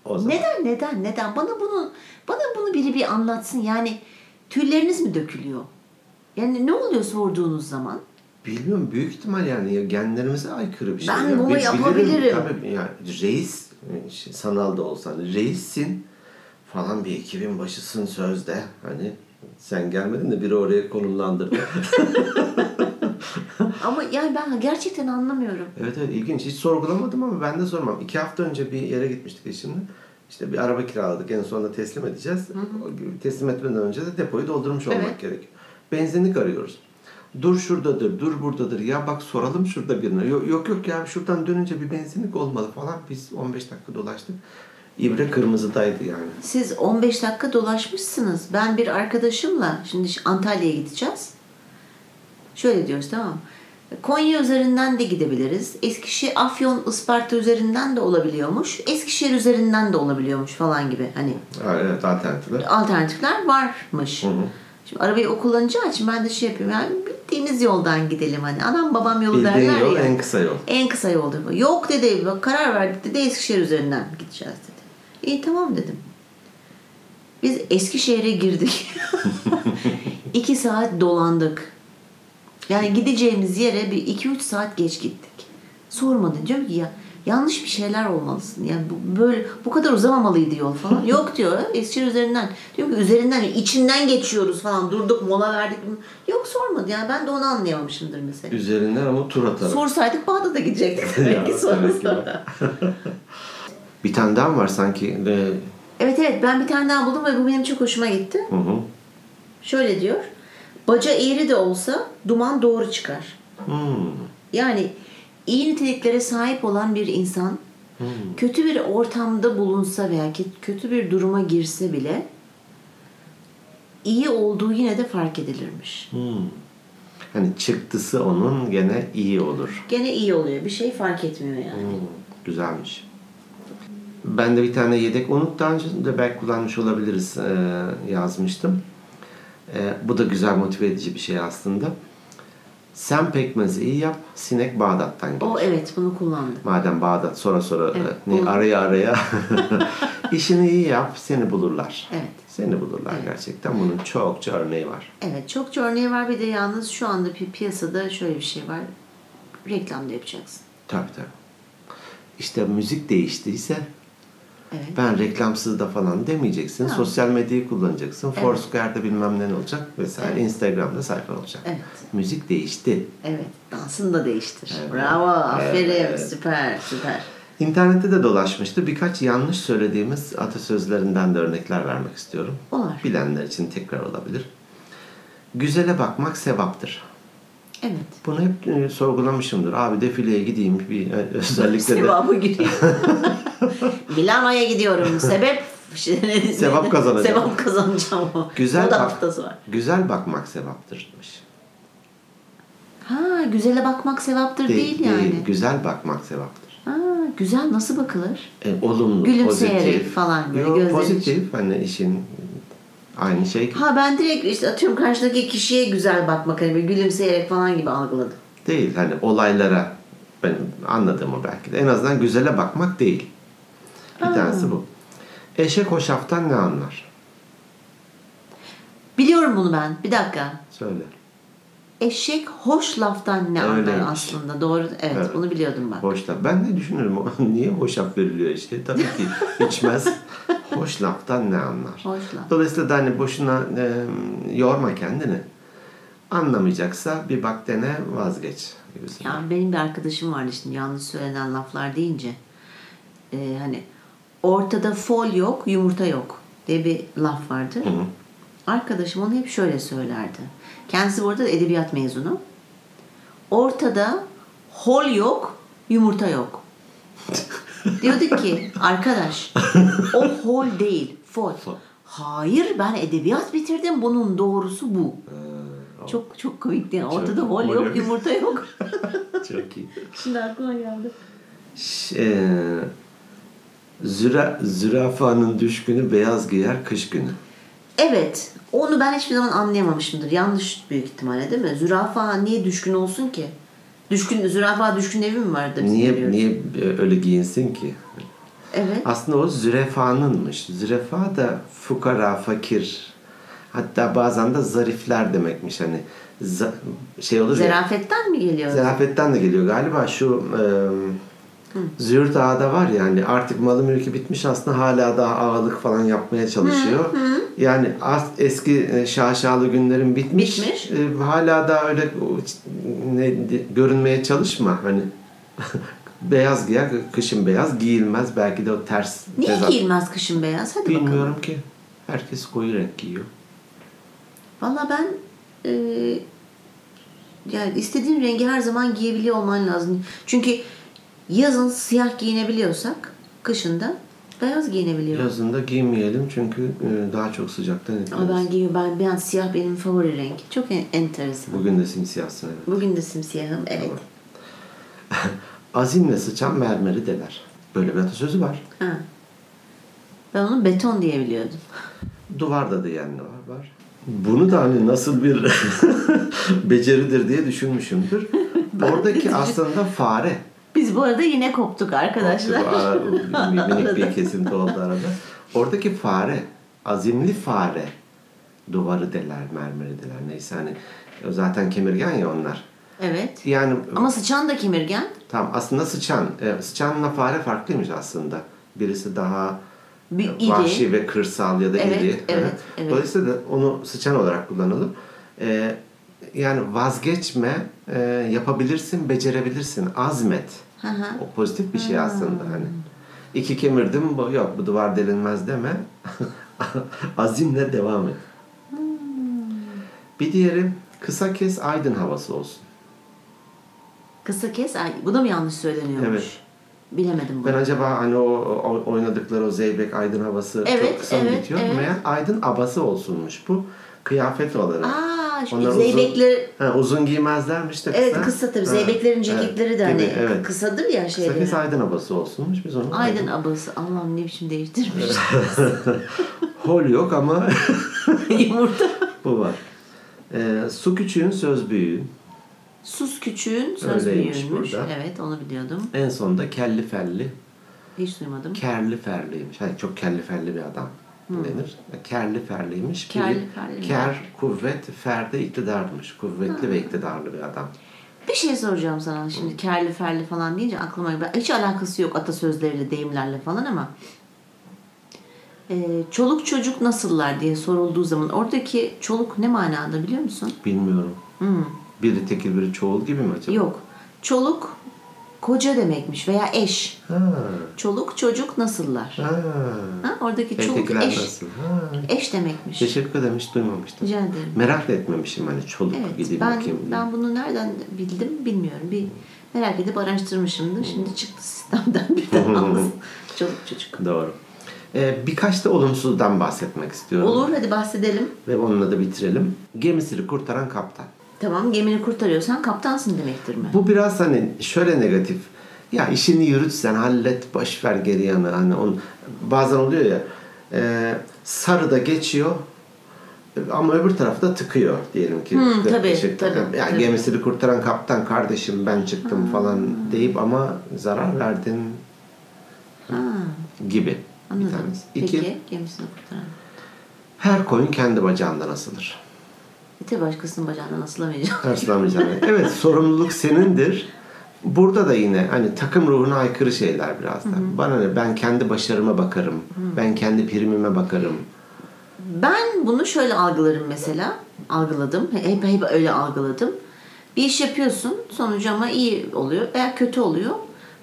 O zaman.
Neden neden neden? Bana bunu bana bunu biri bir anlatsın. Yani tüyleriniz mi dökülüyor? Yani ne oluyor sorduğunuz zaman?
Bilmiyorum büyük ihtimal yani ya genlerimize aykırı bir şey.
Ben
ya.
bunu
Bi- bilirim,
yapabilirim.
Tabii yani reis şey, sanal da olsan reissin falan bir ekibin başısın sözde. Hani sen gelmedin de biri oraya konumlandırdı.
Ama yani ben gerçekten anlamıyorum.
evet evet ilginç. Hiç sorgulamadım ama ben de sormam. İki hafta önce bir yere gitmiştik eşimle. İşte bir araba kiraladık. En sonunda teslim edeceğiz. O- Teslim etmeden önce de depoyu doldurmuş olmak
Evet.
gerekiyor. Benzinlik arıyoruz. Dur şuradadır, dur buradadır. Ya bak soralım şurada birine. Yok yok, yok ya şuradan dönünce bir benzinlik olmalı falan. Biz 15 dakika dolaştık. İbre kırmızıdaydı yani.
Siz 15 dakika dolaşmışsınız. Ben bir arkadaşımla şimdi ş- Antalya'ya gideceğiz. Şöyle diyoruz tamam mı? Konya üzerinden de gidebiliriz. Eskişehir, Afyon, Isparta üzerinden de olabiliyormuş. Eskişehir üzerinden de olabiliyormuş falan gibi. Hani
Ha, evet alternatifler.
alternatifler varmış. Şimdi arabayı o kullanacağı için ben de şey yapıyorum. Yani bildiğimiz yoldan gidelim hani. Anam babam yolu
Bildiğin
derler
yol
ya.
en kısa yol.
En kısa yoldur. bu. Yok dedi. Bak karar verdik dedi. Eskişehir üzerinden gideceğiz dedi. İyi tamam dedim. Biz Eskişehir'e girdik. iki saat dolandık. Yani gideceğimiz yere bir iki üç saat geç gittik. Sormadı. Diyorum ki ya yanlış bir şeyler olmalısın. Yani bu, böyle bu kadar uzamamalıydı yol falan. Yok diyor Eskişehir üzerinden. Diyorum ki üzerinden içinden geçiyoruz falan. Durduk mola verdik. Yok sormadı. Yani ben de onu anlayamamışımdır mesela.
Üzerinden ama tur atarak.
Sorsaydık Bağdat'a gidecektik
Ya,
demek ki sonra
tabii ki.
sonra.
bir tane daha mı var sanki? Ee,
Evet evet ben bir tane daha buldum ve bu benim çok hoşuma gitti.
Hı hı.
Şöyle diyor. Baca eğri de olsa duman doğru çıkar.
Hmm.
Yani iyi niteliklere sahip olan bir insan
Hmm.
kötü bir ortamda bulunsa veya ki- kötü bir duruma girse bile iyi olduğu yine de fark edilirmiş.
Hmm. Hani çıktısı onun gene iyi olur.
Gene iyi oluyor. Bir şey fark etmiyor yani.
Hmm, Güzelmiş. Ben de bir tane yedek unut daha önce de belki kullanmış olabiliriz e, yazmıştım. E, bu da güzel motive edici bir şey aslında. Sen pekmezi iyi yap, sinek Bağdat'tan gelir.
O evet bunu kullandı.
Madem Bağdat sonra sonra e,
Evet,
ne,
bulur.
araya araya işini iyi yap seni bulurlar.
Evet.
Seni bulurlar gerçekten. Bunun çokça örneği var.
Evet çokça örneği var bir de yalnız şu anda pi- piyasada şöyle bir şey var. Reklamda yapacaksın.
Tabii tabii. İşte müzik değiştiyse
Evet.
ben reklamsız da falan demeyeceksin.
Ha.
Sosyal medyayı kullanacaksın. Foursquare'da bilmem ne olacak vesaire. Instagram'da sayfa olacak.
Evet.
Müzik değişti.
Evet. Dansını da değiştir. Bravo. Aferin.
Evet.
Süper. Süper.
İnternette de dolaşmıştı. Birkaç yanlış söylediğimiz atasözlerinden de örnekler vermek istiyorum.
Olur.
Bilenler için tekrar olabilir. Güzele bakmak sevaptır.
Evet.
Bunu hep e, sorgulamışımdır. Abi defileye gideyim bir e, özellikle de
Sevabı gidiyor. Milano'ya gidiyorum. Sebep
Sevap kazanacağım.
Sevap kazanacağım o. O
güzel
da
bak-
haftası var.
Güzel bakmak sevaptır demiş.
Ha güzele bakmak sevaptır
De-
değil, yani.
Güzel bakmak sevaptır.
Ha, güzel nasıl bakılır?
E, olumlu,
Gülümseyerek
pozitif.
falan böyle
Yo,
gözlerin
pozitif hani işin aynı şey gibi.
Ha ben direkt işte atıyorum karşıdaki kişiye güzel bakmak hani böyle gülümseyerek falan gibi algıladım.
değil. Hani olaylara benim anladığımı belki de en azından güzele bakmak değil. Bir tanesi bu. Eşek hoşaftan ne anlar?
Biliyorum bunu ben. Bir dakika.
Söyle.
Eşek hoş laftan ne anlar
Öyleymiş.
aslında doğru. Evet,
Evet.
bunu biliyordum ben.
Hoş laf. Ben de düşünürüm o- niye hoşaf veriliyor eşeğe? Tabii ki içmez. hoş laftan ne anlar?
Hoş laf.
Dolayısıyla da hani boşuna e, yorma kendini. Anlamayacaksa bir bak dene vazgeç. gibisinden.
Ya benim bir arkadaşım vardı şimdi yanlış söylenen laflar deyince. e, Ee, hani ortada fol yok, yumurta yok diye bir laf vardı. Arkadaşım onu hep şöyle söylerdi. Kendisi bu arada edebiyat mezunu. Ortada hol yok, yumurta yok. Diyordu ki arkadaş o hol değil, fol. Hayır ben edebiyat bitirdim bunun doğrusu bu.
Ee,
Çok çok komikti. yani. Ortada hol yok, yumurta yok.
oh, çok iyi.
Şimdi aklıma geldi.
Ş- e, züra, zürafanın düş günü beyaz giyer kış günü.
Evet. Onu ben hiçbir zaman anlayamamışımdır. Yanlış büyük ihtimalle değil mi? Zürafa niye düşkün olsun ki? Düşkün, zürafa düşkün evi mi vardı? biz
Niye
biliyoruz.
niye öyle giyinsin ki?
Evet.
Aslında o zürefanınmış. Zürefa da fukara, fakir. Hatta bazen de zarifler demekmiş hani. Za- şey olur ya.
Zerafetten mi geliyor?
Zerafetten de geliyor galiba şu e, Züğürt Ağa da var yani artık malı mülkü bitmiş aslında hala daha ağalık falan yapmaya çalışıyor. Yani as, eski e, şaşalı günlerin bitmiş.
Bitmiş.
E, hala daha öyle o, ç- ne, de- görünmeye çalışma hani. beyaz giyer kışın beyaz giyilmez belki de o ters.
niye
tezat-
giyilmez kışın beyaz? Hadi bakalım.
Bilmiyorum ki. Herkes koyu renk giyiyor.
Valla ben e, yani istediğin rengi her zaman giyebiliyor olman lazım. Çünkü yazın siyah giyinebiliyorsak kışın da beyaz giyinebiliyoruz.
Yazında giymeyelim çünkü e, daha çok sıcaktan
Ama
etkileriz.
ben giyiyorum. Ben, ben siyah benim favori renk. Çok en- enteresan.
Bugün de simsiyahsın evet.
Bugün de simsiyahım. Evet.
Azimle sıçan mermeri deler. Böyle bir atasözü var.
Ha. Ben onu beton diye biliyordum.
Duvarda diyen de var. var. Bunu da hani nasıl bir beceridir diye düşünmüşümdür. Oradaki aslında fare.
Biz bu arada yine koptuk arkadaşlar.
Aa, Minik bir kesinti oldu arada. Oradaki fare, azimli fare duvarı deler, mermeri deler. Neyse hani zaten kemirgen ya onlar.
Evet.
Yani
Ama sıçan da kemirgen.
tam aslında sıçan. e, Sıçanla fare farklıymış aslında. Birisi daha
Bir
e,
iri.
vahşi ve kırsal ya da
Evet,
iri.
evet, evet.
Dolayısıyla da onu sıçan olarak kullanalım. E, yani vazgeçme, e, yapabilirsin, becerebilirsin, azmet.
Hı hı.
O pozitif bir şey aslında hani. İki kemirdim, bu- yok bu duvar delinmez deme. Azimle devam et.
Hmm.
Bir diğeri kısa kes aydın havası olsun.
Kısa kes. Ay, bu da mı yanlış söyleniyormuş?
Evet.
Bilemedim bunu.
Ben acaba hani o, o oynadıkları o Zeybek Aydın havası
Evet,
çok kısa mı
evet,
bitiyor?
evet.
Meğer Aydın abası olsunmuş bu. Kıyafet olarak.
Aa, şu
Onlar uzun-
zeybekleri...
Ha, uzun, giymezlermiş de kısa.
Evet kısa tabii.
Ha,
Zeybeklerin
evet,
ceketleri de hani
gibi, evet.
kısadır ya
Kısa
şeyleri.
kes Aydın abası olsunmuş. Biz onu
Aydın abası. Allah'ım ne biçim değiştirmiş.
Hol yok ama
Yumurta.
bu var. Ee, su küçüğün söz büyüğün.
Sus küçüğün söz
Öyleymiş
büyüğünmüş.
burada.
Evet onu biliyordum.
En sonunda kelli felli.
Hiç duymadım.
Kerli ferliymiş. Hani çok kerli ferli bir adam
Hmm.
denir. Kerli ferliymiş. Biri-
Kerli ferli mi?
Ker, kuvvet, ferde iktidarmış. Kuvvetli ve iktidarlı bir adam.
Bir şey soracağım sana şimdi kerli ferli falan deyince aklıma ben- hiç alakası yok atasözleriyle deyimlerle falan ama Ee, çoluk çocuk nasıllar diye sorulduğu zaman oradaki çoluk ne manada biliyor musun?
Bilmiyorum.
Hmm,
Biri tekil biri çoğul gibi mi acaba?
yok. Çoluk koca demekmiş veya eş.
Ha.
Çoluk çocuk nasıllar?
Ha.
Ha, oradaki çoluk
Evdekiler
eş.
nasıl? Ha.
Eş demekmiş.
Teşekkür ederim hiç duymamıştım.
Rica ederim.
Merak da etmemişim hani çoluk
Evet,
gideyim
ben,
bakayım. diye.
ben bunu nereden bildim bilmiyorum. Bir merak edip araştırmışımdır. Şimdi çıktı sistemden birden aldım. Çoluk çocuk.
Doğru. Ee, birkaç da olumsuzdan bahsetmek istiyorum.
Olur hadi bahsedelim.
Ve onunla da bitirelim. Gemisini kurtaran kaptan.
Tamam gemini kurtarıyorsan kaptansın demektir mi?
Bu biraz hani şöyle negatif. Ya işini yürütsen hallet boş ver geri yana. Hani on, bazen oluyor ya e, sarı da geçiyor e, ama öbür tarafta tıkıyor diyelim ki.
Hmm, tabii,
Teşekkür-
tabii,
Ya
tabii.
gemisini kurtaran kaptan kardeşim ben çıktım falan deyip ama zarar verdin
Ha,
gibi. Bir
anladım.
tanesi.
Peki
İki,
gemisini kurtaran.
her koyun kendi bacağından asılır.
Bir de E başkasının bacağından asılamayacağım.
Karşılamayacağım. evet sorumluluk senindir. Burada da yine hani takım ruhuna aykırı şeyler biraz da. Bana ne ben kendi başarıma bakarım. Ben kendi primime bakarım.
Ben bunu şöyle algılarım mesela. Algıladım. Hep hep öyle algıladım. Bir iş yapıyorsun. Sonucu ama iyi oluyor veya kötü oluyor.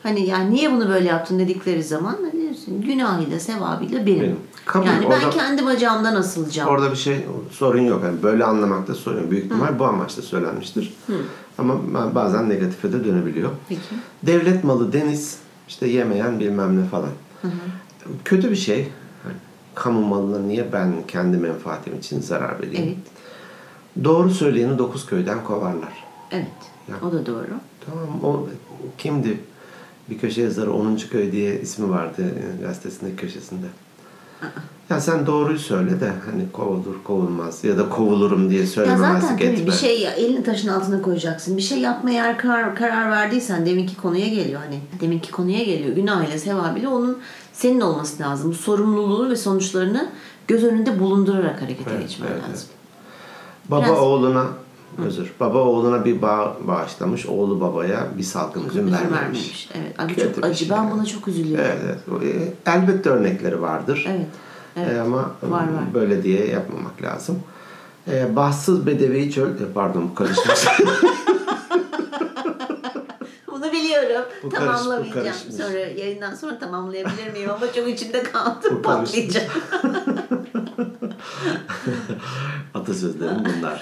Hani yani niye bunu böyle yaptın dedikleri zaman ne diyorsun? hani Günahıyla, sevabıyla benim.
Benim. Kabul.
Yani ben
orada,
kendi bacağımdan asılacağım.
orada bir şey sorun yok. Yani böyle anlamakta sorun yok. Büyük ihtimal bu amaçla söylenmiştir. Ama ben- bazen negatife de dönebiliyor.
Peki.
Devlet malı deniz işte yemeyen bilmem ne falan. Kötü bir şey. Hani Kamu malına niye ben kendi menfaatim için zarar vereyim?
Evet.
Doğru söyleyeni dokuz köyden kovarlar.
Evet.
Ya.
O da doğru.
Tamam o kimdi? Bir köşe yazarı 10. köy diye ismi vardı e, gazetesinde köşesinde. Ya sen doğruyu söyle de hani kovulur kovulmaz ya da kovulurum diye
Ya zaten
söylememezlik
tabii
etme.
bir şey ya, elini taşın altına koyacaksın. Bir şey yapmaya eğer karar, karar verdiysen deminki konuya geliyor hani. Deminki konuya geliyor. Günah ile sevap ile onun senin olması lazım. Bu sorumluluğu ve sonuçlarını göz önünde bulundurarak harekete
Evet,
geçmen
evet,
lazım.
Baba
Biraz-
oğluna özür. Baba oğluna bir bağ bağışlamış, oğlu babaya bir salkım üzüm
Üzüm
vermemiş.
vermemiş. Evet. Abi
Kötü
çok
bir
acı.
şey
Ben
yani.
buna çok üzülüyorum.
Evet, evet. O, e, Elbette örnekleri vardır.
Evet. Evet.
E, ama e,
Var, var.
böyle diye yapmamak lazım. E, bahtsız bedevi çöl... e, Pardon karışmış.
Bunu biliyorum.
Bu karış- bu
Tamamlamayacağım.
karışmış.
sonra yayından sonra tamamlayabilir miyim ama çok içinde kaldım.
Bu karışmış.
Patlayacağım.
Atasözlerim bunlar.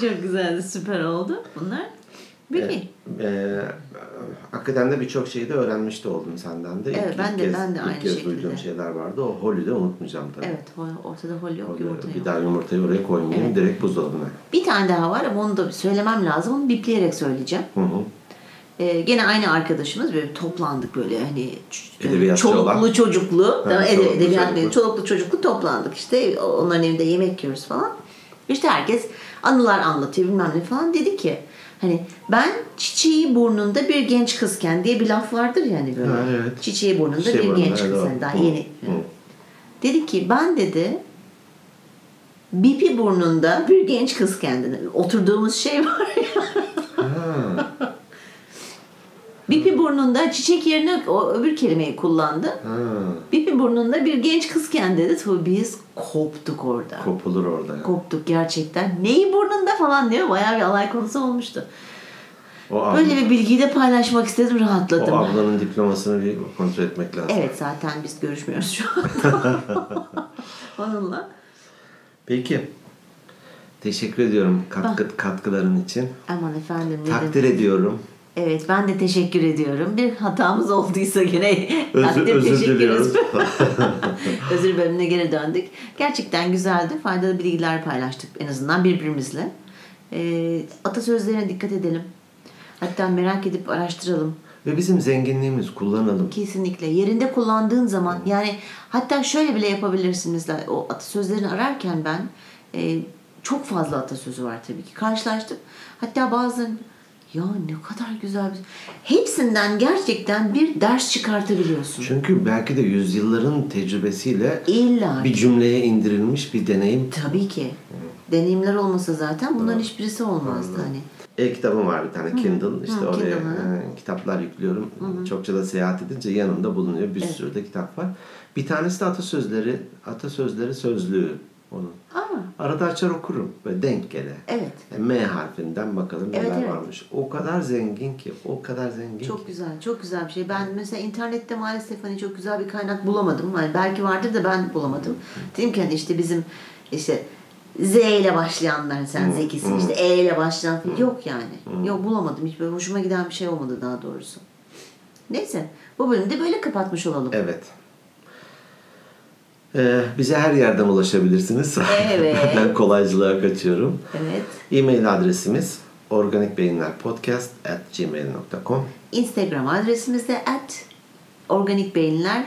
çok güzeldi. Süper oldu. Bunlar. Peki.
Ee, hakikaten de birçok şeyi de öğrenmiş de oldum senden de.
Evet,
İlk-
ben
ilk
de-
kez,
ben de
ilk
aynı
kez
şekilde.
duyduğum şeyler vardı. O holü de unutmayacağım tabii.
Evet. o- Ortada hol yok.
Holü-
Yumurta
bir
yok.
daha yumurtayı oraya koymayayım.
Evet.
Direkt buzdolabına.
Bir tane daha var ama onu da söylemem lazım. Onu bipleyerek söyleyeceğim.
Hı hı.
Ee, gene aynı arkadaşımız böyle toplandık böyle hani ç-
Edebiyatçı
çoluklu
olan.
çocuklu
Ha,
tamam, ede-
çoluklu
edebiyat
çocuklu.
mezunu, çoluklu çocuklu toplandık işte O- onların evinde yemek yiyoruz falan. İşte herkes anılar anlatıyor bilmem ne falan dedi ki hani ben çiçeği burnunda bir genç kızken diye bir laf vardır yani böyle.
Ha, evet.
Çiçeği burnunda
Şey
bir
var,
genç
evet,
kızken
doğru.
daha
Hı,
yeni.
hı.
Dedi ki ben dedi bipi burnunda bir genç kızken dedi. Oturduğumuz şey var ya.
Ha,
Bipi burnunda çiçek yerine o öbür kelimeyi kullandı.
ha.
Bipi burnunda bir genç kızken dedi. Tabii biz koptuk orada.
Kopulur orada. ya.
koptuk gerçekten. Neyi burnunda falan diyor. Bayağı bir alay konusu olmuştu.
o abla-
Böyle bir bilgiyi de paylaşmak istedim.
o
Rahatladım.
ablanın diplomasını bir kontrol etmek lazım.
Evet zaten biz görüşmüyoruz şu anda. Onunla.
Peki. Teşekkür ediyorum katkı, katkıların için.
Aman efendim ne Ah. demek.
Takdir ediyorum.
Evet ben de teşekkür ediyorum. Bir hatamız olduysa gene
Özür,
takdir,
özür
teşekkür
diliyoruz.
ederim. özür bölümüne geri döndük. Gerçekten güzeldi. Faydalı bilgiler paylaştık en azından birbirimizle. Ee, atasözlerine dikkat edelim. Hatta merak edip araştıralım.
Ve bizim zenginliğimiz kullanalım.
Kesinlikle. Yerinde kullandığın zaman yani hatta şöyle bile yapabilirsiniz. la- O atasözlerini ararken ben e, çok fazla atasözü var tabii ki. Karşılaştım. Hatta bazen ya ne kadar güzel bir... Hepsinden gerçekten bir ders çıkartabiliyorsun.
Çünkü belki de yüzyılların tecrübesiyle
İlla
bir
ki.
cümleye indirilmiş bir deneyim.
Tabii ki. Deneyimler olmasa zaten bunların hiçbirisi olmazdı hani.
E-kitabım E, var bir tane Kindle. İşte
Hı,
oraya
Kindle,
e, kitaplar yüklüyorum. Çokça da seyahat edince yanımda bulunuyor. Bir sürü de kitap var. Bir tanesi de atasözleri, atasözleri sözlüğü onun.
Aa,
Arada açar okurum ve denk gele.
evet.
E, M harfinden bakalım
Evet,
neler
evet.
varmış. O kadar zengin ki, o kadar zengin ki.
Çok güzel, çok güzel bir şey. Ben mesela internette maalesef hani çok güzel bir kaynak bulamadım. Hani belki vardır da ben bulamadım. Dedim ki hani işte bizim işte Z ile başlayanlar sen zekisin işte E ile başlayan yok yani. Yok bulamadım. Hiç böyle hoşuma giden bir şey olmadı daha doğrusu. Neyse bu bölümü de böyle kapatmış olalım.
Evet. Ee, bize her yerden ulaşabilirsiniz.
Evet.
ben kolaycılığa kaçıyorum.
evet.
E-mail adresimiz organikbeyinlerpodcast.gmail.com
Instagram adresimizde at Organik Beyinler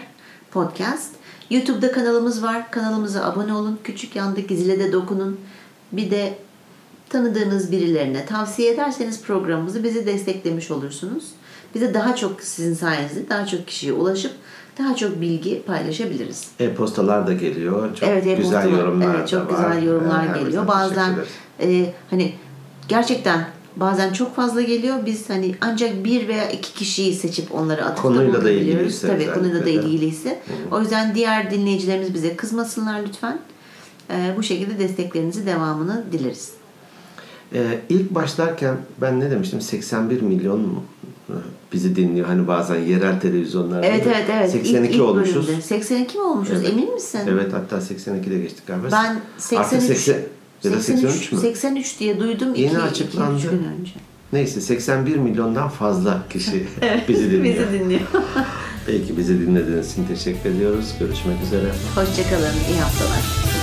Podcast. YouTube'da kanalımız var. Kanalımıza abone olun. Küçük yandaki zile de dokunun. Bir de tanıdığınız birilerine tavsiye ederseniz programımızı bizi desteklemiş olursunuz. Bize daha çok sizin sayenizde daha çok kişiye ulaşıp daha çok bilgi paylaşabiliriz.
E-postalar da geliyor. Çok
evet,
güzel
e-postalar-
yorumlar
evet,
da
çok
var.
güzel yorumlar
Ee, her
geliyor.
birine
Bazen
teşekkür ederiz.
e, hani gerçekten bazen çok fazla geliyor. Biz hani ancak bir veya iki kişiyi seçip onları atıp
Konuyla da
bulunabiliyoruz.
ilgiliyse
Tabii konuyla da
özellikle de.
ilgiliyse. O yüzden diğer dinleyicilerimiz bize kızmasınlar lütfen. E, bu şekilde desteklerinizi devamını dileriz.
Ee, ilk başlarken ben ne demiştim? 81 milyon mu? Bizi dinliyor hani bazen yerel televizyonlarda.
Evet
da
evet evet.
82
İlk- ilk
olmuşuz.
bölümde. 82 mi olmuşuz?
Evet.
Emin misin?
Evet hatta 82'de geçtik galiba.
Ben 83
Artık 80 ya da 83,
83,
mü?
83 diye duydum.
Yeni
iki- iki,
açıklandı.
üç gün önce.
Neyse 81 milyondan fazla kişi bizi dinliyor.
Bizi dinliyor.
Peki bizi dinlediğiniz için teşekkür ediyoruz. Görüşmek üzere.
Hoşçakalın. İyi haftalar.